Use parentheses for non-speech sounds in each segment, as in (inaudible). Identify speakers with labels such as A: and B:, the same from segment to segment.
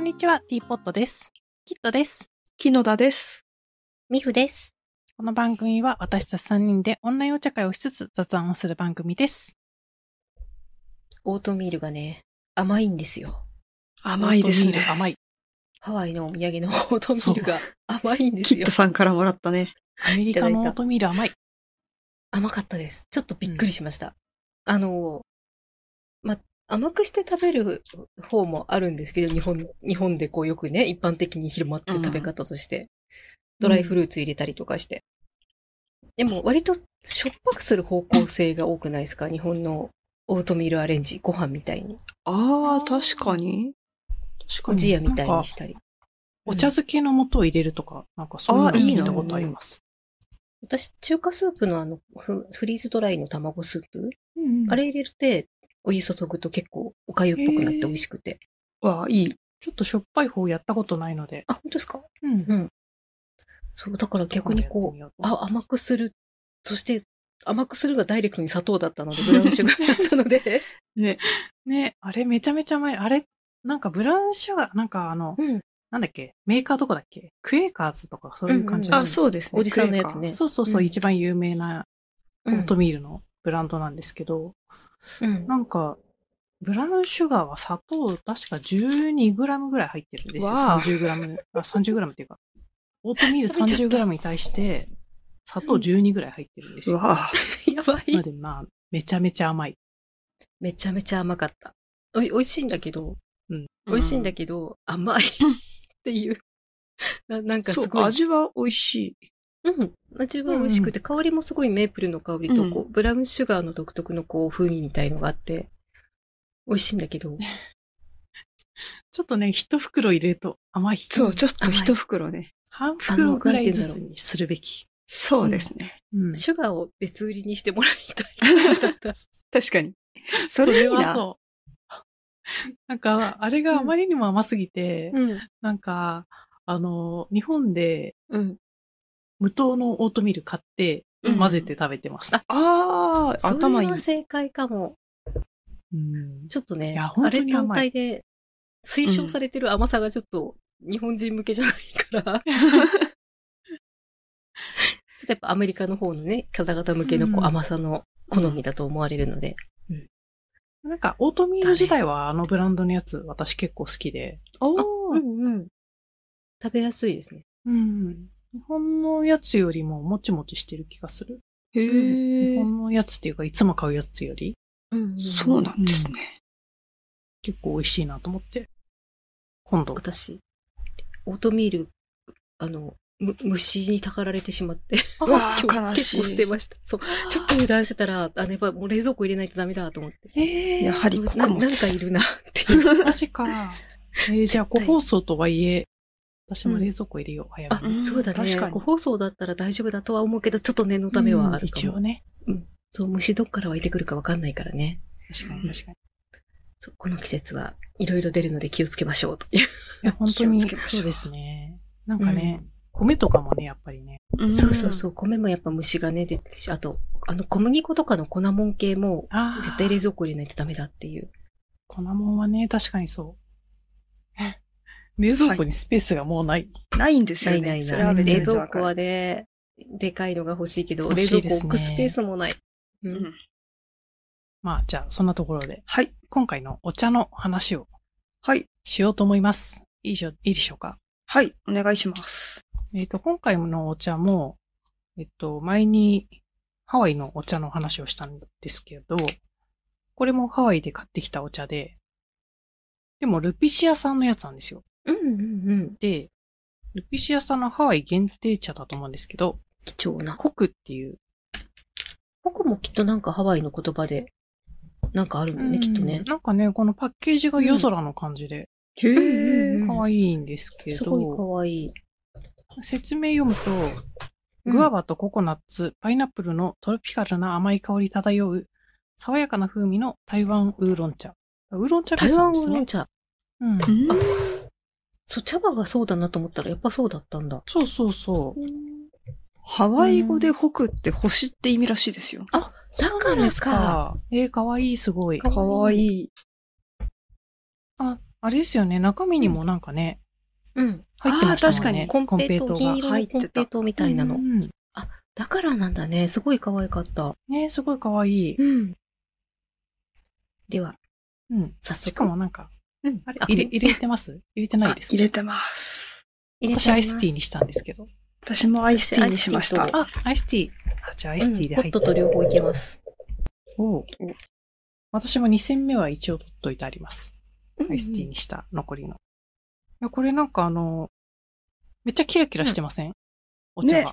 A: んにちは、ティーポットです。キットです。
B: 木野田です。
C: ミフです。
A: この番組は私たち3人でオンラインお茶会をしつつ雑談をする番組です。
C: オートミールがね、甘いんですよ。
B: 甘いです
A: オートミール
B: ね。
A: 甘い。
C: ハワイのお土産のオートミールが甘いんです
B: キッ
C: よ
B: ト。さんからもらったね。
A: アメリカのオートミール甘い。
C: 甘かったです。ちょっとびっくりしました。あの、ま、甘くして食べる方もあるんですけど、日本、日本でこうよくね、一般的に広まってる食べ方として、ドライフルーツ入れたりとかして。でも割としょっぱくする方向性が多くないですか日本のオートミールアレンジ、ご飯みたいに、
B: ああ、確かに。確か
C: おじ
B: に。
C: やみたいにしたり。
A: お茶漬けの素を入れるとか、なんかそういうの
B: あいい
A: 聞
B: ない
A: たことあります。
C: 私、中華スープのあの、フフリーズドライの卵スープ、
B: うん
C: あれ入れて、お湯注ぐと結構お粥っぽくなって美味しくて。
B: わあ、いい。
A: ちょっとしょっぱい方やったことないので。
C: あ、本当ですか
A: うん
C: そう、だから逆にこう、あ、甘くする。そして、甘くするがダイレクトに砂糖だったので、ブラウンシュガーだったので。
B: ね。
A: ね、あれめちゃめちゃ前、あれ、なんかブラウンシュガー、なんかあの、
C: うん。
A: なんだっけ、メーカーどこだっけクエーカーズとかそういう感じ
C: ん
A: の、
B: あ、そうですね。
C: おじさんのやつね
A: そうそうそう、
C: うん
A: 一番有名なオートミールのブランドなんですけど、
C: うん
A: なんか、ブラウンシュガーは砂糖、確か 12g ぐらい入ってるんですよ。
B: わあ
A: 30g。あ、30g っていうか。オートミール 30g に対して、砂糖12ぐらい入ってるんです
B: クレーカー
A: よ。
B: わあ。
C: (laughs) やば
A: ないの。で、まあ、めちゃめちゃ甘い。
C: めちゃめちゃ甘かった。おい、美味しいんだけど、美味しいんだ
B: け
C: けど、甘いっていう。 (laughs) ななんかす
B: そう、
C: ごい。
B: 味は美味しい。
C: うん。味は美味しくて、香りもすごいメープルの香りと、こう、ブラウンシュガーの独特のこう、風味みたいのがあって、美味しいんだけど、
A: ちょっとね、一袋入れると甘い。
B: そう、ちょっと一袋ね。
A: 半袋ぐらいずつにするべき。
B: そうですね。
A: うん。
C: シュガーを別売りにしてもらいたい感じだった。
B: 確かに。
A: そ
B: それい
A: れ
B: いな
A: はそう。なんか、あれがあまりにも甘すぎて、
C: (laughs) うん。
A: なんか、あの、日本で
B: うん。
A: 無糖のオートミール買って、
C: うん
A: 混ぜて食べてます。
B: ああ、頭
C: 頭
B: いい
C: は。正解かも。
A: うん
C: ちょっと
A: い
C: ね、
A: や
C: あ
A: 本当
C: れ
A: に甘い
C: 単体で推奨されてる甘さがちょっと日本人向けじゃないから、ちょっとやっぱアメリカの方のね、方々向けのこ
A: うん
C: う甘さの好みだと思われるので。
A: なんか、オートミール自体はあのブランドのやつ、私結構好きで。
B: おー
C: んうん。食べやすいですね。
A: うん。日本のやつよりももちもちしてる気がする。
B: へ
A: 日
B: え。
A: 本のやつっていうか、いつも買うやつより
C: うん
B: そうなんですね。
A: 結構美味しいなと思って。今度。
C: 私、オートミール、あの、む虫にたかられてしまって、
B: うわあ、
C: (laughs) 今
B: 悲
C: 日
B: し
C: 結
B: い。
C: 構捨てました。そう。ちょっと油断してたら、あの、やっぱもう冷蔵庫入れないとダメだと思って。
A: え
B: やはり
C: な
B: 穀
C: なん
B: 物。
C: かいるなってい
B: (laughs)
C: う。
A: マジ
C: (laughs)
A: か。えーじゃあ、
C: 絶
A: 個
C: 対
A: 包装とはいえ、私も冷蔵庫入れよう、早
C: あ
A: めに。
B: ん
C: そうだね。
B: 確かに
C: 個包装だったら大丈夫だとは思うけど、ちょっと念のためはあるか
A: 一
C: も。
A: 応ね。
C: そう、虫どっから湧いてくるかわかんないからね。
A: 確かに確かに。
C: そうこの季節はいろいろ出るので気をつけましょうという。
A: いや、本当に
B: (laughs) 気をつけましょう
A: そうですね。なんかね、米とかもね、やっぱりね。
B: ん
C: そうそうそう。米もやっぱ虫がね、出てし、あと、あの小麦粉とかの粉もん系も
A: ああ。
C: 絶対冷蔵庫入れないとダメだっていう。
A: 粉もんはね、確かにそう。冷 (laughs) 蔵庫にスペースがもうない。
B: ないんです
C: な
B: よ
C: いな
B: ね。
C: い
B: それはめ
C: ない。
B: ちゃ
C: 冷
B: めちゃ
C: 蔵
B: わか
C: 庫
B: る
C: はね、でかいのが欲しいけど、
A: 欲
C: 冷
A: しい
C: 蔵
A: で
C: 庫
A: すね
C: 置くスペースもない。うん
B: うん
A: まあ、じゃあ、そんなところで、
B: はい。
A: 今回のお茶の話を
B: はい。
A: しようと思います。いいじゃ、いいでしょうか。
B: はい。お願いします。
A: えっ、と、今回のお茶も、えっと、前にハワイのお茶の話をしたんですけど、これもハワイで買ってきたお茶で、でも、ルピシアさんのやつなんですよ。
C: うんうんうん。
A: で、ルピシアさんのハワイ限定茶だと思うんですけど、
C: 貴重な。
A: コクっていう、
C: 僕もきっとなんかハワイの言葉で、なんかあるんだよね、きっとね。
A: なんかね、このパッケージが夜空の感じで、
B: へ
C: うんうんうん
A: 可愛いんですけ
C: すごい
A: ど、
C: 可愛い。
A: 説明読むと、グアバとココナッツ、パイナップルのトロピカルな甘い香り漂う、爽やかな風味の台湾ウーロン茶。ウーロン茶ベー
C: 台
A: スなん
C: 湾
A: ですね
C: の。茶。
A: うん
B: う。ん
C: そう、茶葉がそうだなと思ったら、やっぱそうだったんだ。
A: そうそうそう。
B: ハワイ語で北って星って意味らしいですよ。
C: だ
A: そうな
C: か
A: んで
C: ら
A: す
C: か。
A: か。えー、かわいい、すごい。
C: か
B: かわいい。
A: あ、あれですよね、中身にもなんかね、
C: うん。
A: 入ってましたもん
B: あ
A: ね。
B: ー
C: コンペイ
A: コ
C: ト
A: ン
C: ー、
A: ペイトーが
C: 金色のコンペイトーみたいなの。
A: うん
C: だからなんだね。すごい可愛かった。
A: ね、すごい可愛い。
C: うん。では、
A: うん。
C: 早速。
A: しかもなんか、
C: うん、
A: あれ、入れ、入れてます入れてないです。
B: 入れてます。
C: 入
A: 私アイスティ
C: ィー。
A: ーにしたんですけど。
B: 私もアイスティーにしました。
C: 私
A: あ、アイスティー。あ、じゃあアイスティーで
C: う
A: 入っ
C: んホ
A: て
C: ットと両方いけます。
A: おう私も2戦目は一応取っといてあります。アイスティー
C: うん
A: にした、残りの。いや、これなんかあの、めっちゃキラキラしてません、お茶が、
B: ね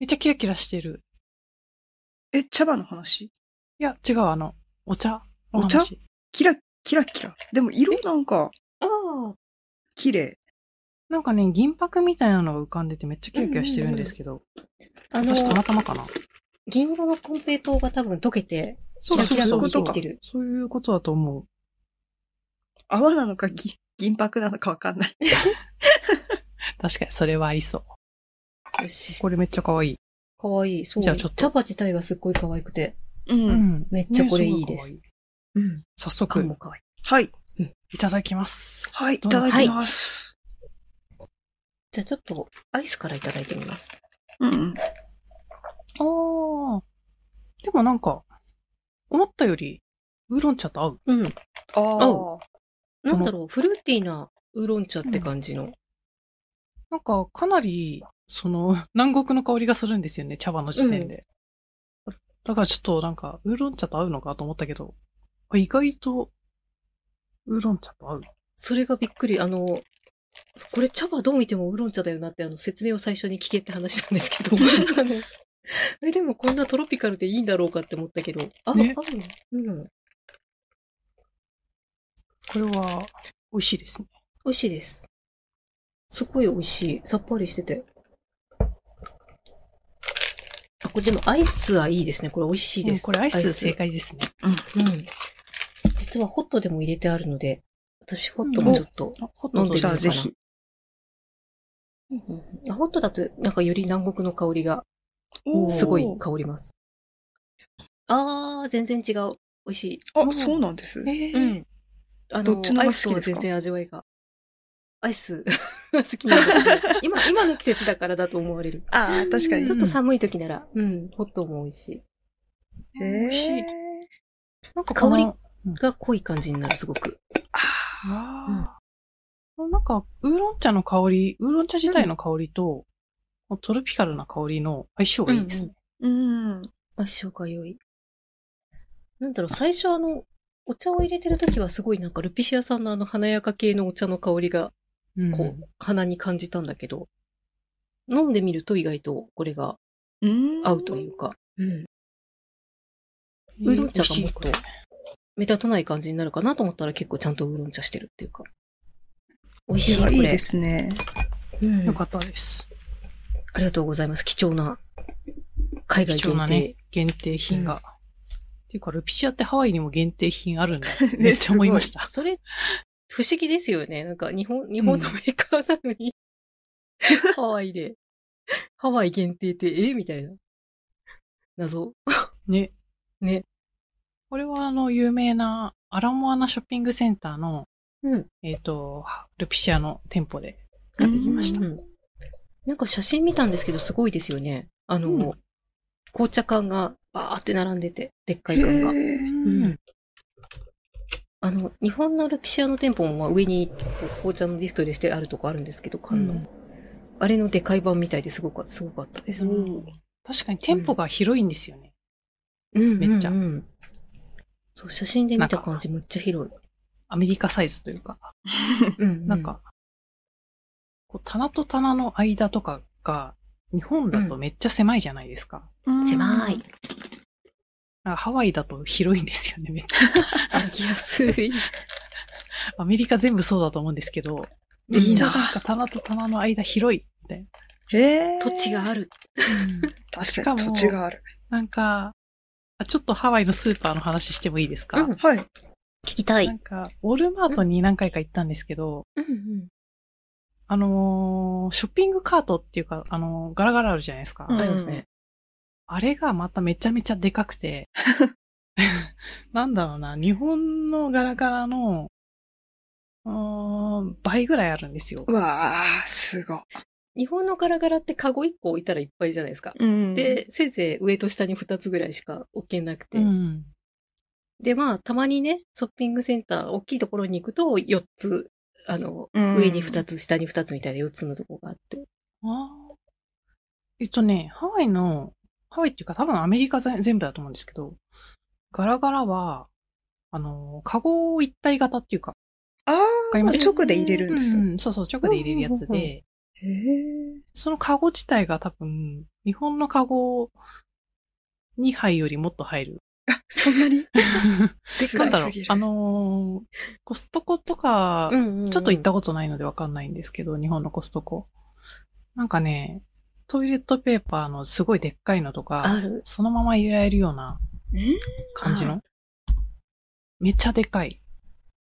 A: めっちゃキラキラしてる。
B: え、茶葉の話
A: いや、違う、あの、お茶の
B: お茶
A: 話。
B: キラ、キラキラ。でも色なんか、
C: ああ。
B: 綺麗。
A: なんかね、銀箔みたいなのが浮かんでてめっちゃキラキラしてるんですけど、
C: あの、
A: 私たまたまかな。
C: 銀色のコンペイトーが多分溶けて、
A: そううそう
C: キラキラ
A: そう
C: が
A: そ
C: 出
A: う
C: てきてる。
A: そういうことだと思う。
B: 泡なのかぎ銀箔なのかわかんない。
A: 確かに、それはありそう。
C: よし。
A: これめっちゃ可愛い。
C: かわいい。そう。
A: じゃあちょっと
C: 茶葉自体がすっごい可愛くて。
B: う。
A: うんん
C: めっちゃこれいいです。
A: ね
B: うん。
A: すごく可
C: 缶
A: 愛い
C: も
A: 早速、
C: 可愛い。
B: はい。
A: いただきます。
B: はい、い
A: どうぞ
B: ただきます。
C: じゃあちょっと、アイスからいただいてみます。
B: うんうん。
A: ああ。でもなんか、思ったより、ウーロン茶と合う。
C: うん。
B: あー
C: なんだろう、フルーティーなウーロン茶って感じの。
A: なんか、かなり、その、 (laughs) 南国の香りがするんですよね、茶葉の時点で。だからちょっとなんか、ウーロン茶と合うのかと思ったけど、あ意外と、ウーロン茶と合う。
C: それがびっくり。あの、これ茶葉どう見てもウーロン茶だよなって、あの、説明を最初に聞けって話なんです
A: (laughs)
C: けど。あのえ、でもこんなトロピカルでいいんだろうかって思ったけど。あ、
A: ね
C: あうん。うん。
A: これは、美味しいですね。
C: 美味しいです。すごい美味しい。さっぱりしてて。あ、これでもアイスはいいですね。これ美味しいです。
A: うんこれアイス正解ですね。
C: うん。実はホットでも入れてあるので、私ホットもちょっと。
A: あホッ
C: 飲んでみ
B: じゃ
C: ま
B: あ
C: す
B: ぜひ。
C: うんあホットだと、なんかより南国の香りが、
A: おー
C: すごい香ります。あー、全然違う。美味しい。
B: あ、そうなんです。
A: えー
C: うん。あの、
B: どっちの
C: ア
B: 方が
C: イス
B: 好き
C: は
B: ですか
C: 全然味わいが。アイス (laughs) は好きなんだけど、今、今の季節だからだと思われる。
B: ああ、確かに
C: ちょ。っと寒い時なら、うん、ホットも美味しい。
A: 美味しい
B: へー。
A: なんかこの
C: 香りが濃い感じになる、すごく。
A: ああ、なんか、ウーロン茶の香り、ウーロン茶自体の香りと、このトロピカルな香りの相性がいいですね。
B: うん。
C: 相性が良い。なんだろう、最初あの、お茶を入れてる時はすごいなんかルピシアさんのあの華やか系のお茶の香りが、
A: うん
C: こう、鼻に感じたんだけど、飲んでみると意外とこれが
B: うん。
C: 合うというか、うん、
A: いい
C: ウーロン茶がもっと
A: 美味しい
C: 目立たない感じになるかなと思ったら結構ちゃんとウーロン茶してるっていうか。美味
B: い
C: しい、こ
B: や、
C: れ。
B: いいですね。
C: うん
A: よかったです。
C: ありがとうございます。貴重な、海外
A: 貴
C: 限
A: 重な
C: 定。
A: ね、限定品が。っていうか、ルピシアってハワイにも限定品あるん
C: (laughs)
A: だ。めっち
B: す
A: ゃ
B: ごい
A: 思いました。
C: それ、不思議ですよね。なんか、日本、日本のメーカーなのに、 (laughs) ハワイで、ハワイ限定って、えみたいな。謎。
A: ね。
C: ね。
A: これはあの、有名なアラモアナショッピングセンターの、
C: うん。
A: えっ、と、ルピシアの店舗で
B: や
A: 買
B: っ
A: って
B: て
A: き
B: き
A: ま
B: ま
A: し
B: したた。。
C: なんか写真見たんですけど、すごいですよね。あの、
A: うん
C: 紅茶缶が、バーって並んでて、でっか
B: へ
C: い缶が。
B: ー
A: うん
C: あの、日本のルピシアの店舗も、まあ、上にこう紅茶のディスプレイしてあるとこあるんですけど、缶の。
A: うん
C: あれのでかい版みたいですごかすごかったです。
A: 確かに店舗が広いんですよね。
C: うん
A: めっちゃ
C: うんうんそう、写真で見た感じ、むっちゃ広い。
A: アメリカサイズというか。
C: うん
A: なん、か、こう棚と棚の間とかが、日本だとめっちゃ狭いじゃないですか。
C: うん狭い。。
A: なんかハワイだと広いんですよね、めっち
C: 歩きやすい。
A: ゃ。 (laughs) アメリカ全部そうだと思うんですけど、めっ
B: いい
A: ちゃ
B: な。
A: なんか棚と棚の間広い、みたい
B: へえ。
C: 土地。がある。
A: し
B: 確
A: か
B: か
A: も
B: に土地がある。
A: な。なんか、あちょっとハワイのスーパーの話してもいいですか、
C: うん
B: はい。
C: 聞きた
A: なん。か、ウォルマートに何回か行ったんですけど、
C: うんうん。
A: あのーショッピングカートっていうか、あのーガラガラあるじゃないですか。
B: うん
C: ありますね。
A: あれがまためちゃめちゃで (laughs) かくて、なんだろうな、日本のガラガラのうーん倍ぐらいあるんですよ。
B: わあ、すごい。
C: 日本のガラガラってカゴ1個置いたらいっぱいじゃないですか。
B: うん、
C: で、せいぜい上と下に2つぐらいしか置けなくて。
A: うん。
C: で、まあ、たまにね、ショッピングセンター、大きいところに行くと4つ、あの、
B: うん
C: 上に2つ、下に2つみたいな4つのとこがあって。
A: あーえっとね、ハワイの、ハワイっていうか多分アメリカ全全部だと思うんですけど、ガラガラは、あの、カゴ一体型っていうか、
B: あ
A: かり
B: あ、
A: ます
B: 直で入れるんです。
A: うんうんそうそう、直で入れるやつ
C: うんうんうん
A: で、
B: へえ。
A: そのカゴ自体が多分、日本のカゴ2杯よりもっと入る。
B: そんなにで
A: な
B: か
A: んだろう
B: いすぎる。
A: あのーコストコとか、
C: うん。
A: ちょっと行ったたことないのでわかんないんですけど、日本のコストコ。なんかね、トイレットペーパーのすごいでっかいのと
C: あ
A: か、
C: る。
A: そのまま入れられるような
B: うん
A: 感じの。めっちゃでかい。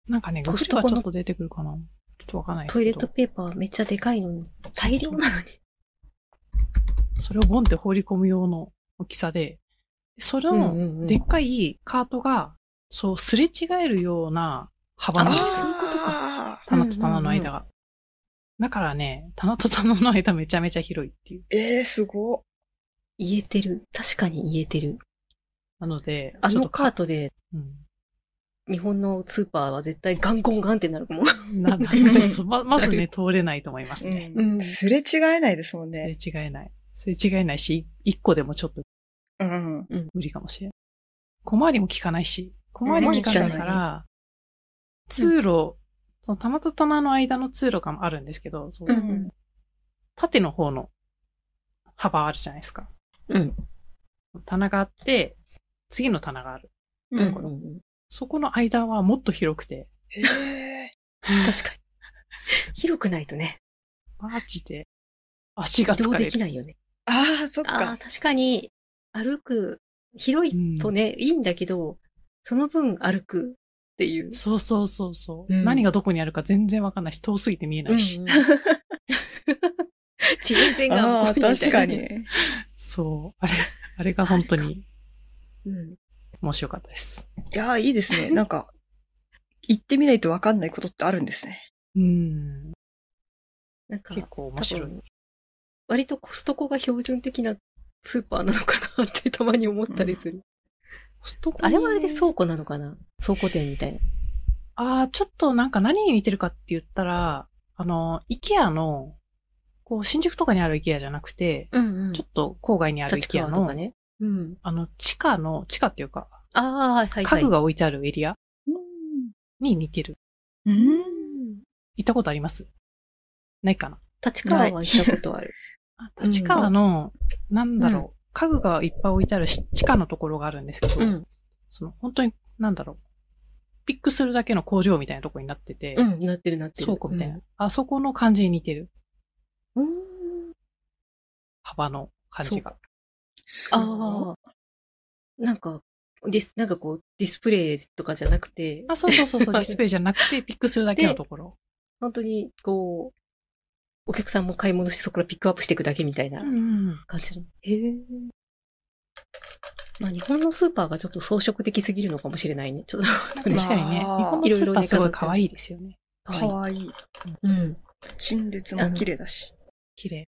A: なんかね、
C: コ
A: 具
C: ス
A: と
C: トコ
A: かち
C: の
A: ょっと出てくるかな。ちょっとわかんないです
C: トイ
A: け
C: レッ
A: ど。
C: トペーパーめっちゃでかいのに、大量なのに。
A: それをボンって放り込む用の大きさで、それ
C: うんう
A: の
C: んうん
A: でっかいカートが、そう、すれ違えるような幅なん
B: あ
A: で
B: あ、
A: すよ。
B: そういうことか。
A: 棚と棚の間が。だからね、棚と棚の間めちゃめちゃ広いっていう。
B: ええ、すごっ。
C: 言えてる。確かに言えてる。
A: なので、
C: あ
A: ちょっ
C: の
A: と
C: カートで、
A: うん。
C: 日本のスーパーは絶対ガンゴンガンってなるもん。 (laughs)
A: なんだそうそうま、まずね、通れないと思いますね。
C: うん
B: うんすれ違えないですもんね。
A: すれ違えない。すれ違えないし、一個でもちょっと
B: うん。
A: 無理かもしれない。小回りも効かないし、小回りも効かない
B: うん
A: か、
B: 効から
A: 通路、その棚と棚の間の通路があるんですけど、その
B: うん
A: 縦の方の幅あるじゃないですか。
C: うん。
A: 棚があって、次の棚がある。
B: う
C: うん
B: ん。
A: そこの間はもっと広くて、
B: へえ。
C: 確かに。広くないとね、
A: マジで足が
C: 移
A: 疲
C: 動で
A: れ
C: き
A: る。
C: ないよね。
B: ああ、そっ
C: ああ、
B: か。
C: 確かに、歩く、広いとね、いいんだけど、その分歩くっていう。
A: そうそうそうそう、
C: うん
A: 何がどこにあるか全然わかんないし、遠すぎて見えないし。
C: うん (laughs) うん。地平線が
B: あ
C: 向こ
B: あ、
C: うにみた
B: 確
C: いな
B: か
C: ね。
B: に。
A: そう。あれ、あれが本当に
C: うん。
A: 面白かったです。
B: いやー、いいですね。なんか、行ってみないとわかんないことってあるんですね。
A: うん。
C: なんか、
A: 結構面白い
C: 多。分割とコストコが標準的なスーパーなのかなってたまに思ったりする。
A: コストコ
C: あれはあれで倉庫なのかな倉庫店みたいな。
A: ああ、ちょっとなんか何に似てるかって言ったら、あの、イケアの、こう、新宿とかにあるイケアじゃなくて、
C: うんう
A: ちょっと郊外にあるイ
C: 立
A: ケア
C: 川と
A: の、
C: かね。うん。
A: あの、地下の、地下っていうか、
C: ああ、はいはい。
A: 家具が置いてあるエリア
B: う
A: に似てる。
B: ん。う
C: う
B: ん
C: ん。
A: 行ったことありますないかな
C: 立川は行ったことある。
A: あ立川の、なんだろう、家具がいっぱい置いてあるし地下のところがあるんですけど、
C: (laughs) うん。
A: その本当に、なんだろう、ピックするだけの工場みたいなとこになってて、
C: うん。なってるなってる。
A: 倉庫みたいな、あそこの感じに似てる。
C: うん。うん。
A: 幅の感じが。
C: ああ。なんか、です、なんかこう、ディスプレイとかじゃなくて、
A: あそうそうそう (laughs) そう、
C: は
A: デ
C: い
A: ィスプレイじゃなくて、ピックするだけのところ。
C: 本当に、こう、お客さんも買い物してそこからピックアップしていくだけみたいな
A: うん。
C: 感じの。へえ。まあ、日本のスーパーがちょっと装飾的すぎるのかもしれないね。ちょっと、
A: 確かにね、日
B: まあ
A: 本のスーパーすごい可愛いですよね。
B: かわいい。
C: うん。
B: 陳列も綺麗だし。
A: 綺麗。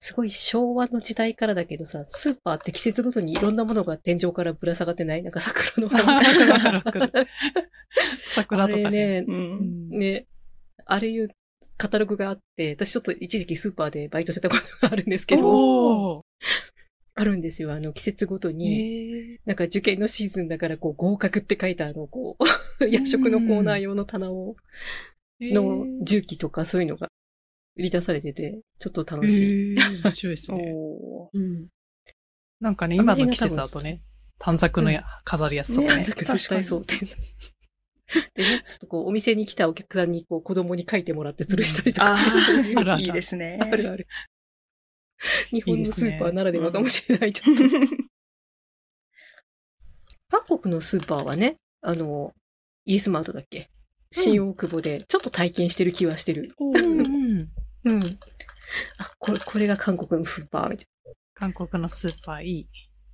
C: すごい昭和の時代からだけどさ、スーパーって季節ごとにいろんなものが天井からぶら下がってないなんか桜の花みたい
A: わかるわ
C: な
A: かる。 (laughs) 桜
C: あ
A: とかね。
C: れね
B: う、。
A: うんん
C: ね、あれいうカタログがあって、私ちょっと一時期スーパーでバイトしてたことがあるんですけど、
A: おー。
C: あるんですよ。あの季節ごとに、
A: え
C: なんか受験のシーズンだからこう合格って書いたあの、こ
A: (laughs)
C: う、夜食のコーナー用の棚を、
A: ー
C: の重機とかそういうのが売り出されてて、ちょっと
A: え
C: 楽しい。
A: ー、面白いですね。
B: お
C: うん。
A: なんかね、
C: あの
A: 今の
C: 辺が
A: 季節だとね、短冊のや飾りやすさとか
B: ね
A: ね。
C: 絶対そう (laughs) で。でね、ちょっとこう、お店に来たお客さんに、こう、子供に書いてもらって吊るしたりとか、
B: あ
A: あるあ
B: あ、
A: る
B: いいですね。
C: あ
B: (laughs)
C: るある。日本のスーパーならではかもしれない。ちょっと
B: う
C: 韓国のスーパーはね、あの、イエスマートだっけ新大久保で、ちょっと体験してる気はしてる。
A: うん
B: ん
A: うん
C: うん。あ、これ、これが韓国のスーパーみたい
A: 韓国のスーパーいい。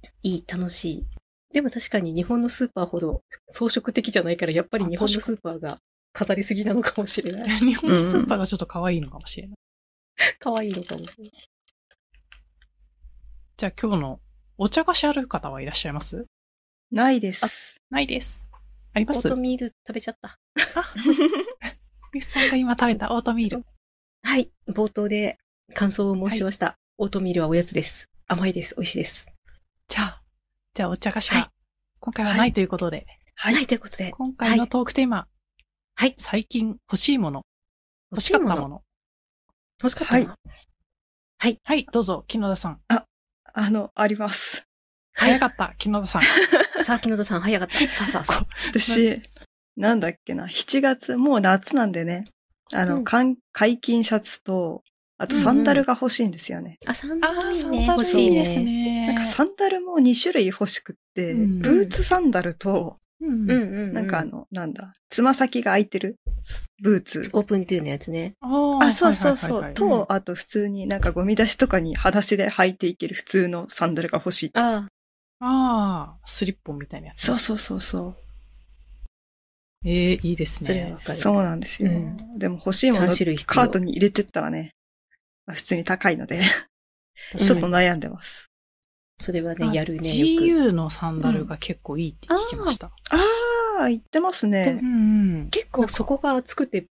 C: な。いい、楽しい。でも確かに日本のスーパーほど装飾的じゃないから、やっぱり日本のスーパーが飾りすぎなのかもし
A: (laughs)
C: れない。
A: 日本のスーパーがちょっと可愛いのかもしれない。
C: 可愛いのかもしれない。
A: じゃあ今日のお茶菓子ある方はいらっしゃいます
B: ないです。
A: ないです。ありま
C: オ
A: す
C: ー
A: あ
C: ト、ミール食べちゃった。
A: みさんが今食べたオートミール。
C: はい。冒頭で感想を申しました。オートミールはおやつです。甘いです。美味しいです。
A: じゃあ、じゃあお茶菓子は、
C: はい
A: 今回はないということで、
B: は。
C: はいい。ということで、
A: 今回のトークテーマ、
C: はい
A: 最近欲しいもの、欲しかったもの。
C: 欲しかったもの。
A: はい、どうぞ、木野田さん。
B: あの、あります。
A: 早かった、木野田 (laughs) さん。
C: さあ、木野田さん、早かった。さあさあさ
B: 私、なんだっけな、7月、もう夏なんでね、あ
C: うん
B: の、かん解禁シャツと、あと
C: うんうん
B: サンダルが欲しいんですよね。
C: あ。あ、サンダ
A: あ
C: ル
A: あ、
C: いい
A: サン
C: ね。
A: ダ
C: 欲
A: ル
C: し
A: い
C: い
A: いです
C: ね。
A: ね。
B: なんかサンダルも2種類欲しくって、
A: うん
B: ブーツサンダルと、
A: うん、
C: うんうんうん。
B: なんかあの、なんだ、つま先が開いてるブーツ。
C: オープントゥーのやつね。
A: あー
B: あ、そうそうそう。
A: はいはいはいはい
C: うん
B: と、あと普通になんかゴミ出しとかに裸足で履いていける普通のサンダルが欲しい。
C: ああ、
A: ああ、スリッポンみたいなやつ。
B: そうそうそうそう。
A: ええいいです
C: それはわ
A: ね。
C: かる。
B: そうなんですよ。
C: うん
B: でも欲しいもの
C: 3種類必
B: カ
C: 要
B: ート。に入れてったらね、まあ普通に高いので、
C: ん
B: ちょっと悩んでます。
C: それは
A: あ
C: ね、やるね。よく
A: GU のサンダルが結構いいって聞きました。
B: ああ、言ってます
A: う
B: ね。
A: んうん。
C: 結構そこが厚くて、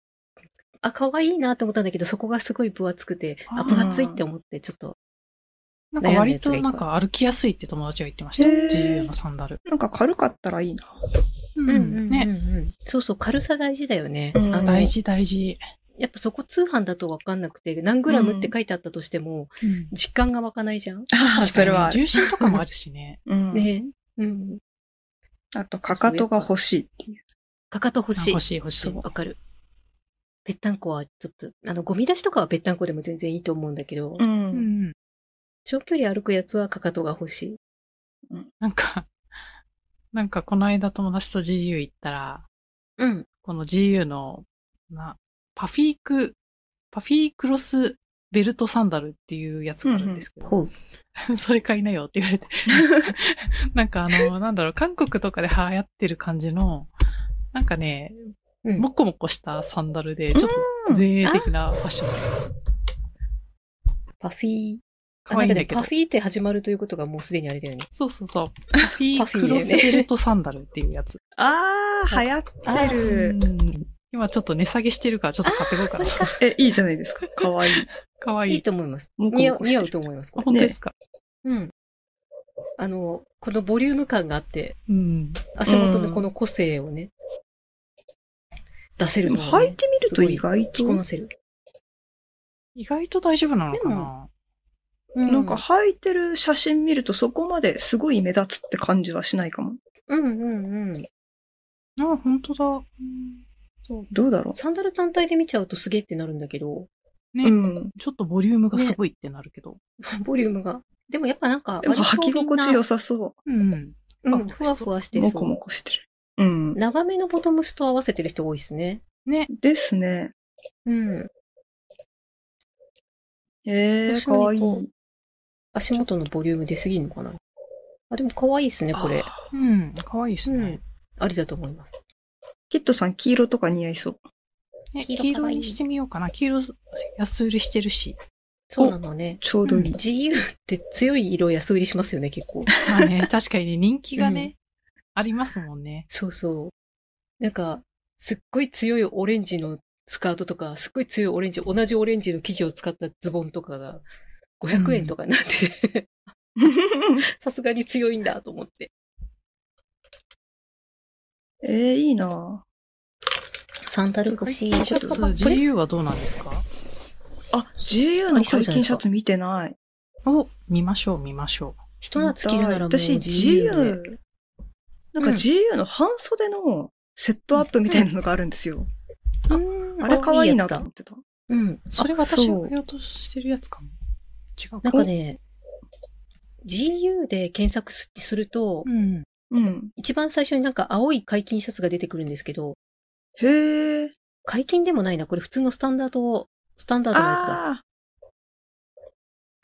C: あ、可愛いなと思ったんだけど、そこがすごい分厚くて、
A: あー
C: あ、分厚いって思って、ちょっと。
A: なんか割となんか歩きやすいって友達が言ってました。
B: へー
A: GU のサンダル。
B: なんか軽かったらいいな。
A: う
C: うんうんうんうん
A: ね。
C: そうそう、軽さ大事だよね。
B: うん
C: あの
A: 大事大事。
C: やっぱそこ通販だと分かんなくて、何グラムって書いてあったとしても、実感が湧かないじゃん。
B: ああ、それはある。
A: 重心とかもあるしね。
B: (laughs) うん
C: ねえ。うん。
B: あと、かかとが欲しいっていう。
C: かかと欲
A: あ
C: しい
A: 欲。しい欲しい。
C: わかる。ぺったんこはちょっと、あの、ゴミ出しとかはぺったんこでも全然いいと思うんだけど、
B: うん
A: う。ん。
C: 長距離歩くやつはかかとが欲しい。
A: なんか、なんかこの間友達と GU 行ったら、
C: うん。
A: この GU の、な、パフィーク、パフィークロスベルトサンダルっていうやつがあるんですけど、
C: ほ
A: (laughs)
C: う。
A: それ買いなよって言われて。 (laughs) なんかあの、なんだろう、韓国とかで流行ってる感じの、なんかね、
C: うん
A: もこもこしたサンダルで、ちょっと前衛的なファッションのやつ。
C: パフィー。
A: 可愛いんだ
C: あ
A: けど
C: なか。でもパフィーって始まるということがもうすでにあれだよね。
A: そうそうそう。パフィ
C: パ
A: ー
C: フ
A: ク
C: ィーだよ
A: ロ
C: ね
A: スベルトサンダルっていうやつ。
B: ああ、流行って
A: う
B: る。
A: ん今ちょっと値下げしてるからちょっと買ってこようかな。
B: え、いいじゃないですか。かわいい。
A: かわい
C: いい
A: い。
C: と思います。
B: もこ
C: 似合
B: も
C: う
B: こして
C: 似合うと思いま
B: (laughs)
C: す、こ
A: 本当ですか、
C: れ。うん。あの、このボリューム感があって、
A: うん。
C: 足元のこの個性をね、出せ
B: で
C: る
B: も
C: のが、
B: 履い
C: ね、
B: てみると意外
C: 着こな
B: と、
C: せる。
A: 意外と大丈夫なのか
C: で
A: な
C: う
B: なんか、履いてる写真見るとそこまですごい目立つって感じはしないかも。
C: うんうんうん。
A: あ、本当だ。うん
B: どうだろ
C: サンダル単体で見ちゃうとすげえってなるんだけど、 (laughs)
A: ね、
B: う。うん。
A: ちょっとボリュームがすごいってなるけど。
C: ボリュームが。でもやっぱなんか、
B: でも履き心地良
C: よ、
B: さそ
A: うん。
C: うん、ふわふわし
B: う。
C: て
B: も
C: そ
B: こ
C: う。
B: もこしてる。うん。
C: 長めのボトムスと合わせてる人多いですね。
A: ね。
B: ですね。
C: うん。
B: えー、か
C: そう
B: わい
C: しない
B: い。
C: と足元のボリューム出すぎるのかな。あ、でも可愛いですね、これ。
A: うん。かわいいです
C: う
A: ね
C: ん。ありだと思います。
B: キットさん、黄色とか似合いそう。
A: ね
C: 黄色
A: 黄色
C: 可愛い
A: にしてみようかな。黄色安売りしてるし。
C: そうなのね。
B: ちょうどいい。
C: 自由って強い色安売りしますよね、結 (laughs) 構。
A: まあ (laughs) ね、確かにね、人気がね、ありますもんね。
C: そうそう。なんか、すっごい強いオレンジのスカートとか、すっごい強いオレンジ、同じオレンジの生地を使ったズボンとかが、500円とかになってて、 (laughs) さすがに強いんだと思って。
B: (laughs) えー、いいな
C: サンダル欲しい。
A: シャツ
C: これ
A: GU はどうなんですか
B: ぁあ、GU の解禁シャツ見てない。
A: お、見ましょう、見ましょ
C: ひと夏着るならもう
B: 私、
C: 自由
B: GU、な
C: で
B: んか GU の半袖のセットアップみたいなのがあるんですよ。
A: う。
B: あれ可愛いなと思ってた。
C: うん。
A: それ私が
B: そう
A: 見ようとしてるやつかも。違う
C: なんかね、GU で検索すすると
A: お、うん。
B: うん。
C: 一番最初になんか青い解禁シャツが出てくるんですけど、
B: へー。
C: 解禁でもないな。これ普通のスタンダード、スタンダードのやつだ。
B: あ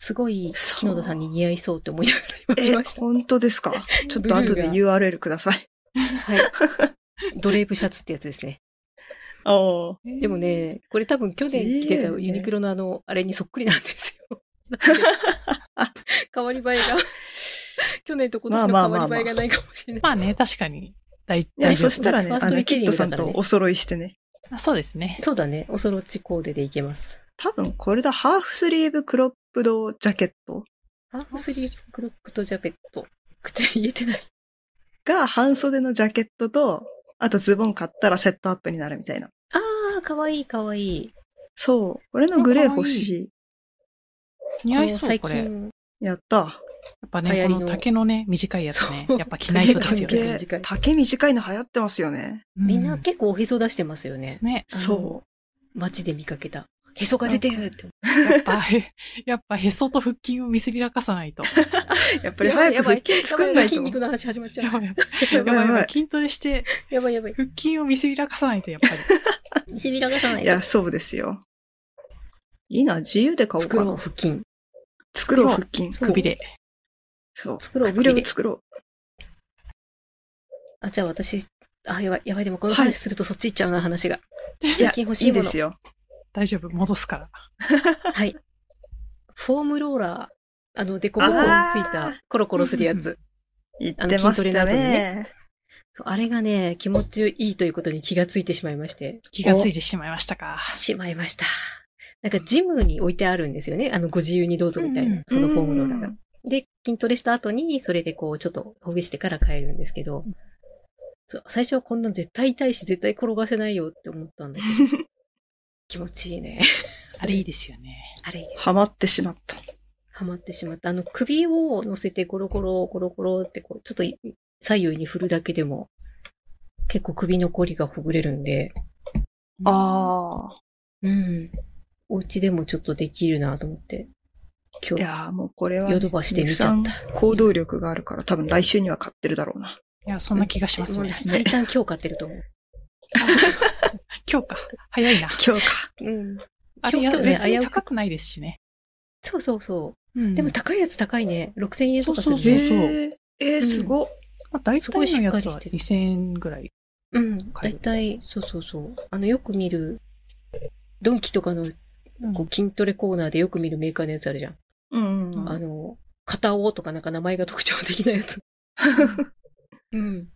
C: すごい、
B: そう
C: 木野田さんに似合いそうって思いながら
B: ー。
C: 今見
B: え
C: まし、た。
B: 本当ですか。ちょっと後で URL ください。
C: はい。ドレープシャツってやつですね。
B: おー
C: でも、ね、これ多分去年着てた
B: 自由ね
C: ユニクロのあの、あれにそっくりなんですよ。変わり映えが、去年と今年の
B: まあ
C: 変
B: まあまあ
C: わ
B: まあ
C: り映えがないかもしれない。
A: まあね、確かに大
B: いや、
A: 大丈
B: そ
A: 夫
B: したらね、
C: ファー
B: あ
C: スト
B: の、
C: リ
B: キ
C: テイ
B: ッ
C: リン
B: ド
C: グだ
B: さ
C: か
B: ん
C: らね
B: とお揃いしてね。
A: あそうですね。
C: そうだね、おそろちコーデでいけます。
B: 多分これだ、ハーフスリーブクロップドジャケット
C: ハーフスリーブクロックとジャペット。口言えてない。
B: が半袖のジャケットと、あとズボン買ったらセットアップになるみたいな。
C: あー、かわいいかわいい。
B: そう。これのグレー欲し
A: 似合いそう、
C: 最
A: これ。やっ
C: 近、
B: い。やった。
A: ぱ
C: 流
A: ね、こ
C: 行りの
A: の竹のね、短いやつね
C: そ。う
A: やっぱ着ないとですよ
C: 竹
A: ね。
C: が
B: 竹
C: 短い、
B: 竹短いの流行ってますよね。
A: う
C: みんな結構おへそ出してますよね。
A: ね、
B: そ
C: 街で見かけた。へそが出てるって。
A: やっぱ、 (laughs) へやっぱへそと腹筋を見せびらかさないと。
B: う。やっぱり早く腹筋作ん
C: やば
B: ないいと。
C: 筋
B: や
C: 肉の話始まっち
A: や
C: ゃう
A: ば。いや
B: ばい
A: ばいや
B: や
A: ば
B: ば
A: い
B: い。
A: 筋トレして
C: やばいやばい。
A: 腹筋を見せびらかさないと、やっぱり。
C: 見せびらかさないい
B: や、
C: と。
B: そうですよ。いいな、自由で買おう
C: 作
B: か
C: ろう、
B: な。
C: 腹筋。
B: 作ろう、
A: 作ろう
B: 腹筋。
C: そう
A: くびれ。
B: そう。
C: 作ろう
B: くびれ
C: くび
B: を
C: れ
B: 作ろう。
C: あ、じゃあ私、あ、やばい、やばい、でもこの
B: はい
C: 話するとそっち行っちゃうな、話が。
B: いや
C: 最近欲し
B: い
C: い
B: い
C: もの。
B: ですよ。
A: 大丈夫、戻すから。
C: はい。フォームローラー、あの、デコボコについ
B: あー
C: た、コロコロするやつ。
B: 言ってまし
C: あ
B: た
C: の筋トレの後に
B: ね。
C: そうあれがね、気持ちいいということに気がついてしまいまして。
A: 気がついてしまいましたか。
C: しまいました。なんかジムに置いてあるんですよね。あの、ご自由にどうぞみたいな、
A: うん
C: そのフォームローラー
B: う
C: が
B: ん。
C: で、筋トレした後に、それでこう、ちょっとほぐしてから帰るんですけど、そう最初はこんなん絶対痛いし、絶対転がせないよって思ったんだけど、気持ちいいね。 (laughs)
A: あれいいですよね。
C: あれ、
B: ハマってしまった。
C: ハマってしまった。あの、首を乗せてゴロゴロ、ゴロゴロってこう、ちょっとい左右に振るだけでも、結構首のこりがほぐれるんで、
B: あ
C: うん。お家でもちょっとできるなと思って、
B: あ。
C: 今
B: い
C: 日
B: やーもうこれはね、
C: ヨドバシで見ちゃ
B: た
C: った。
B: 行動力があるから多分来週には買ってるだろうな。
A: いや、そんな気がします
C: もう
A: ね。
C: 最短今日買ってると思う。
A: (laughs) 今日か。早いな。
B: 今日か。
C: うん。
A: あれ、
C: 今日今日ね
A: 別に
C: 危うく
A: 高くないですしね。
C: そうそうそう。
A: うん
C: でも高いやつ高いね。6000円とかするね。
A: そうそうそう
B: えー、えー、すごっ。
A: まあ、大体のやつ
C: すごいしっ
A: は
C: かりしてる
A: 2000円ぐらい。
C: うん。
A: 買え
C: 大
A: る
C: 体、そうそうそう。あの、よく見る、ドンキとかの
A: うん
C: こう筋トレコーナーでよく見るメーカーのやつあるじゃん。
B: うんうんうん。
C: あの、片尾とかなんか名前が特徴的なやつ。うん。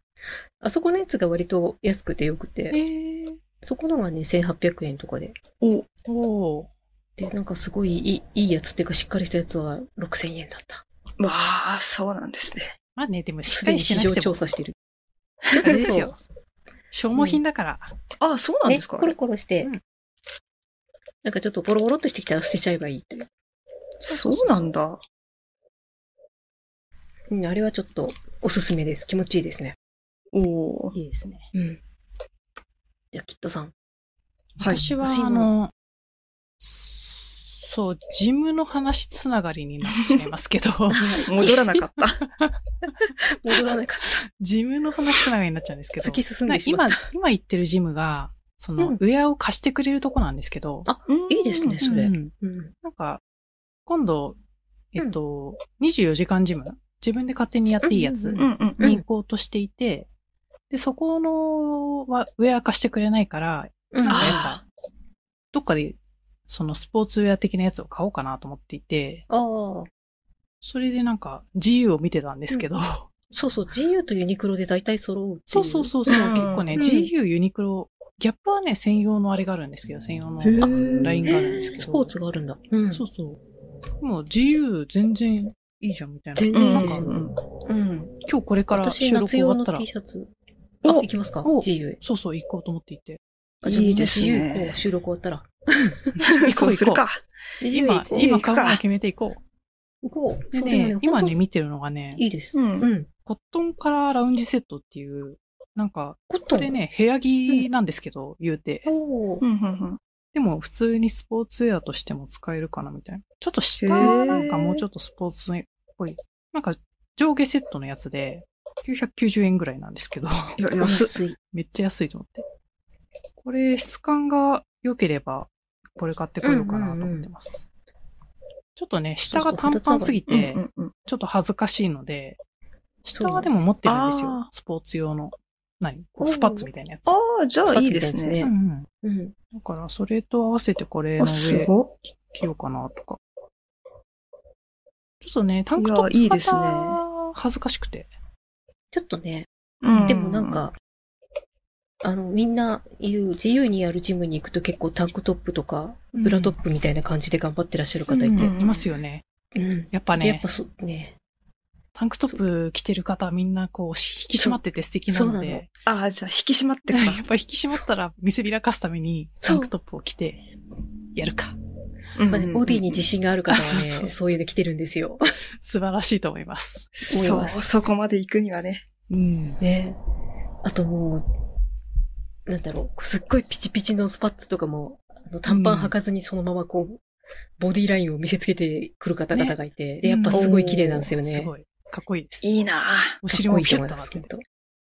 C: あそこのやつが割と安くてよく
A: え
C: て、
A: ー、
C: そこのがね、1800円とかで。
B: お、
A: おお。
C: で、なんかすごいいいいいやつっていうか、しっかりしたやつは6000円だった。
B: わあ、そうなんですね。
A: まあね、でも、しっ
C: す
A: か
C: で
A: り
C: に
A: し
C: 市
A: なく
C: 場
A: ても
C: 調、査してる。
A: あれですよ。消耗品だから。
B: あ、そうなん
C: ね、
B: ですか、
C: コロコロして、
A: うん
C: なんかちょっとボロボロっとしてきたら捨てちゃえばいいっていう。
B: そうなんだ。
C: うん、あれはちょっとおすすめです。気持ちいいですね。
B: おー
A: いいですね。
C: うん。じゃあ、キットさん。
B: はい。
A: 私は、
C: 欲しいも
A: あ
C: の
A: の、そう、ジムの話つながりになっちゃいますけど、
C: (laughs)
B: 戻らなかった。
C: 戻らなかっ
A: ジムの話つながりになっちゃうんですけ
C: た。
A: ど
C: 突、き進んでしま
A: 今
C: った。、
A: 今行ってるジムが、その、
C: うん
A: ウェアを貸してくれるとこなんですけど、
C: いいですねそれ
A: うん
C: うん。
A: なんか、今度、えっと、24時間ジム、自分で勝手にやっていいやつ
C: うん
B: うんうんう
A: に
B: ん。
A: 行こうとしていて、で、そこのはウェア化してくれないから、
C: うん
A: なんかやっ
B: あ
A: ぱ、どっかで、そのスポーツウェア的なやつを買おうかなと思っていて、
C: ああ。
A: それでなんか GU を見てたんですけど、
C: そうそう、GU とユニクロで大体揃うっていう。
A: (laughs) そうそうそうそう、
B: うん
A: 結構ね、
C: うん
A: GU ユニクロ、ギャップはね、専用のあれがあるんですけど、専用の
B: へー
A: あのラインがあるんですけど。
C: スポーツがあるんだ。うん。
A: そうそう。でも GU 全然いいじゃんみたいな。
C: 全
B: うんう
C: 然いい
B: ん
C: ですよ。
B: うん。
C: うん。
A: 今日これから
C: 私、
A: 収録
C: 夏
A: 終
C: 用
A: わっ
C: の
A: たら
C: T、シャツ。あ、
B: お
C: 行きますか
A: お
C: ?GU へ。
A: そうそう行こうと思ってい
C: (laughs)
A: て。
C: あじゃあ
B: いいですね
C: みんな GU こう収録終わったら。
A: 行こ
B: そううする
A: 行こ
B: か。
C: で
A: う。
C: 自由に
A: 今
C: 行こ、う。
A: 今買うもの決めていこ
C: 行こう。
A: う。
C: そう
A: で
C: でも
A: ね、今
C: 本
A: ね、見てるのがね
C: 当、いいです。
B: う
C: うんん。
A: コットンカラーラウンジセットっていう、なんか、
C: コッ
A: こ
C: トン。
A: れね、部屋着なんですけど、言うて。
C: お
B: う
C: ー。
B: んうん
A: でも、普通にスポーツウェアとしても使えるかな、みたいな。ちょっと下はなんか
B: へー
A: もうちょっとスポーツっぽい。なんか、上下セットのやつで、990円ぐらいなんですけど。 (laughs)
B: うん。いや、安っ。
C: 安い。
A: めっちゃ安いと思って。これ、質感が良ければ、これ買ってこようかなと思ってます。ちょっとね、下が短パンすぎ
B: うん
A: て
B: う、んうん。
A: ちょっと恥ずかしいので、下
C: そうな
A: は
C: ん
A: で
C: です
A: も持ってるんです
B: あ
A: よ。スポーツ用の。何こうスパッツみたいなやつ。
B: ああ、じゃあいいです
C: 使ってみたい
A: うん
B: ね
C: で。
A: うん。
C: うん。
A: だから、それと合わせてこれの
B: あ、す
A: 上
B: ご
A: 着ようかなとか。ちょっとね、タンクトップ型
B: いやいいですね
A: 恥ずかしくて。
C: ちょっとね、
B: っ
C: でもなん、か、あの、みんな言う、自由にやるジムに行くと結構タンクトップとか、ブラトップみたいな感じで頑張ってらっしゃる方いて。
A: うんいますよね。
C: うん。
A: やっぱ
C: で、やっ
A: ね
C: ぱ、そう、ね。
A: タンクトップ着てる方みんなこう引き締まってて素敵なの
C: そうな
A: で、
B: ああ、じゃあ引き締まってか。
A: (laughs) やっぱ引き締まったら見せびらかすために
C: そ
A: タ
C: う
A: ンクトップを着てやるか。
C: まあね、ボディに自
B: 信。
C: 信がある方はね、
A: あそうそう
C: そういうの着てるんですよ。
A: 素晴らしいと思います。
C: 思い
B: そう、
C: ます
B: そこまで行くにはね。
A: うん。
C: ね。あともう、なんだろう、すっごいピチピチのスパッツとかも、あの短パン履かずにそのままこう、ボディラインを見せつけてくる方々がいて、で、やっぱすごい綺麗なんですよね。
A: す
C: かっ
A: ごい。かっこいいです。
B: いいなぁ
A: お
C: こい
A: 尻も
C: い
A: い
C: と
A: け
C: 思
A: た
C: いま
A: わ
C: す、
A: け
C: 本
A: で。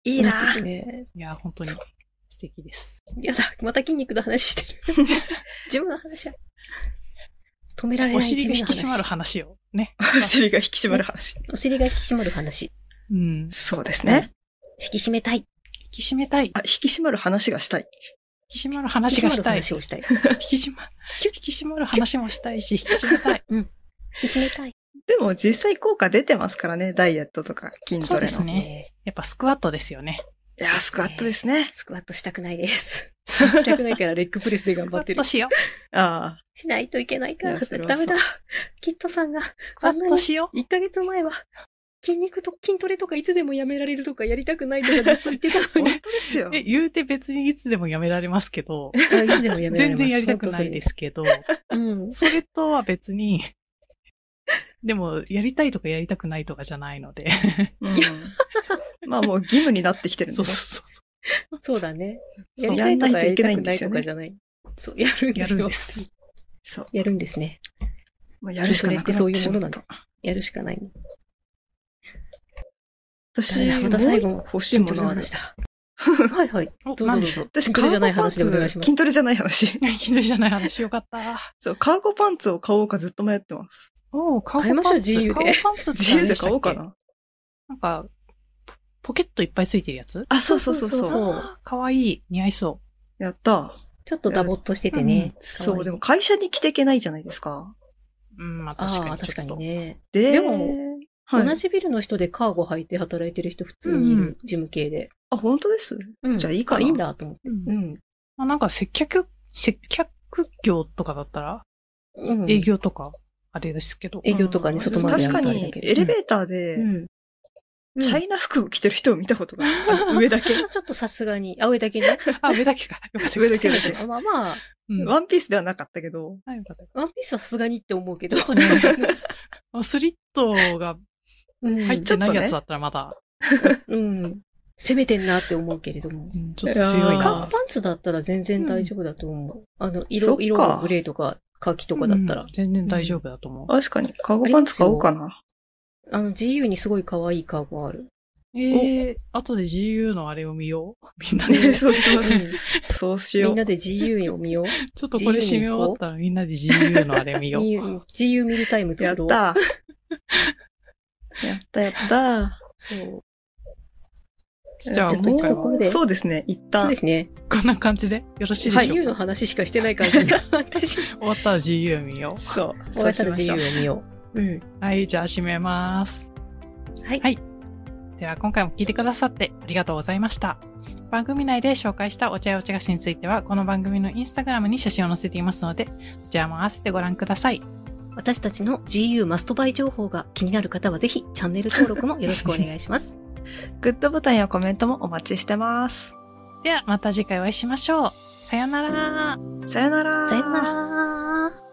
C: 当
B: いいなぁ
C: ね
A: いや、本当に
C: そ
A: 素敵です。
C: やだ、また筋肉の話してる。
A: (laughs)
C: 自分の話は。止められない
A: お尻が
C: 自
A: 引
C: 分
A: き
C: の
A: 締まる話をね。
B: (laughs) お尻が引き締まる話。
C: お尻が引き締まる話。
A: うん。引
B: (laughs) そうですね。
C: 引き締めたい。
A: き締めたい。引
B: あ、引き締まる話がしたい。
A: き締まる
C: 引
A: 話
C: き締
A: が
C: ま
A: し
C: る
A: たい。
C: 話をしたい。
A: 引き締ま、引き締まる話もしたいし、引き締めた (laughs) い。
C: 引き締めたい。
B: でも実際効果出てますからね、ダイエットとか筋ト
A: (laughs) そう
B: レ
A: で
B: の。
A: すねやっぱスクワットですよね。
B: いやー、スクワットですね。
C: スクワットしたくないです。したくないからレッグプレスで頑張っ
A: スク
C: て
A: (laughs)
C: る
A: ワット。しよう。
B: ああ。
C: しないといけないか
B: い
C: ら、
B: やそれは
C: ダメだ
B: そ。
C: キットさんが、
A: スクワットしよう。
C: 1ヶ月前は、筋肉と筋トレとかいつでもやめられるとかやりたくないとかずっと言ってた
A: (laughs)
C: の
B: 本
C: に。
B: 当ですよ。
A: え、言うて別にいつでもやめられますけど、
C: (laughs) いつでもや。
A: 全然やりたくないですすけど、
C: うん。
A: それとは別に、でも、やりたいとかやりたくないとかじゃないので、
B: うんまあもう義務になってきてるん
A: そ
B: で
A: う
B: ね。
A: そうそ
C: そうだね。
A: う
C: や
A: そう
C: り。たいとかやりたくないとかじゃない。そう、やるんだ
A: や
C: よ
A: るんです。
B: そう。
C: やるんですね。
B: もうやるしかなくなってしまった。
C: やるしかない。
B: 私、
C: だからまた最後
B: もう一個欲しい
C: 筋
B: も
C: トレ
B: の
C: の
B: ある
C: 話。だ。はいはい。
A: お
C: どうぞ
A: 何
C: どう
A: でしょ
C: ぞ
A: う。。
B: 私、
C: 筋トレじゃない話でお願いします
B: 筋トレじゃない話。 (laughs)
A: ひ (laughs) どいじゃない話よかった。
B: そう、カーゴパンツを買おうかずっと迷ってます。
A: おう、顔
C: 買いましょう
A: パンツ
C: 自由で
A: 顔パンツって
B: 自
A: 何
B: 由で
A: したっ
B: 買
A: け
B: おうか。な。
A: なんか、ポポケットいっぱいついてるやつ
B: あ、そうそうそう
C: そうそう
B: そう。
C: そう
A: あーかわいい。似合いそ
B: やった。
C: ちょっとダボっとしてて
A: うん
C: ね。
B: そう、で
C: も。
B: も会社に着ていけないじゃないですか。
A: う。うん、まあ
C: あ
A: 確かに
C: あー、
A: ち
C: 確
A: ょ
C: か
A: っと。
C: にね。
B: で、
C: でも、
B: はい、
C: 同じビルの人でカーゴ履いて働いてる人普通にいる、事務系で。
B: あ、本当です。
C: うん
B: じゃあいいかな
C: あいいんだと思って。
A: うん
C: うん。
A: まあなんか接客、接客業とかだったら、
C: うん
A: 営業とか、あれですけど。
C: 営業とかね
B: うん
C: 外までや
B: 確か
C: るとあれだ
B: に
C: け、ど
B: エレベーターで、
C: うん。
B: チャ
C: イ
B: イナ服を着てる人を見たことがあ
C: (laughs)
B: る。上だ
C: それ
B: け。
C: はちょっとさすがに、あ、上だけね。
A: (laughs) あ、上だけか。よかった。
B: 上だけだけ。
C: まあまあ、
A: うん。
B: ワンピースではなかったけど、
A: あよかった
C: ワンピースはさすがにって思うけど。
A: ちょっ (laughs) とね、スリットが
C: うん
A: 入ってないやつだったらまだ、
C: うん。攻めてんなって思うけれど
A: (laughs)
C: も。
A: うんちょっと強い
B: いやー
C: カ
A: な
C: ー。パンツだったら全然大丈夫だと思う。あの、
B: そっ
C: 色、
B: か
C: 色がグレーとか、カーキとかだったら。
A: うん全然大丈夫だと思う。
B: 確かに、カゴパンツ買おうかな。
C: あの、GU にすごい可愛いカーゴある。
A: えー、後で GU のあれを見よう。みんな
B: ね、
A: で。
B: (laughs) そうし
C: う
B: ます。
C: ん
B: そうしよ
C: み。
B: うん
C: なで GU を見よう。
A: ちょっとこれ締め終わったらみんなで GU のあれ見よう。
C: 見 GU 見るタイム
B: やっ
C: (laughs) 作ろう。
B: た。やったやった。
C: そう。
A: じゃあ
C: ちょっと
A: もう
C: 一回これで
B: そうですね、一
C: そう
B: 旦
C: で。すね。
A: こんな感じでよろしいでしょう
C: GU
A: か、
C: の話しかしてない感じに (laughs) なってしまう
A: 終わったら GU 見よ
B: そう、
C: 終
B: そ
C: わ
B: う
C: った
B: し
C: ら
B: ま
C: 自
B: し
C: 由
B: ょ
C: を
B: う。
C: 見よう。うん。
A: う。はい、じゃあ締めます。
C: はい。
A: はいでは今回も聞いてくださってありがとうございました。番組内で紹介したお茶やお茶菓子については、この番組のインスタグラムに写真を載せていますので、そちらも合わせてご覧ください。
C: 私たちの GU マストバイ情報が気になる方はぜひチャンネル登録もよろしくお願いします。
B: グッドボタンやコメントもお待ちしてます。
A: ではまた次回お会いしましょう。さようなら。
B: さよなら。
C: さよなら。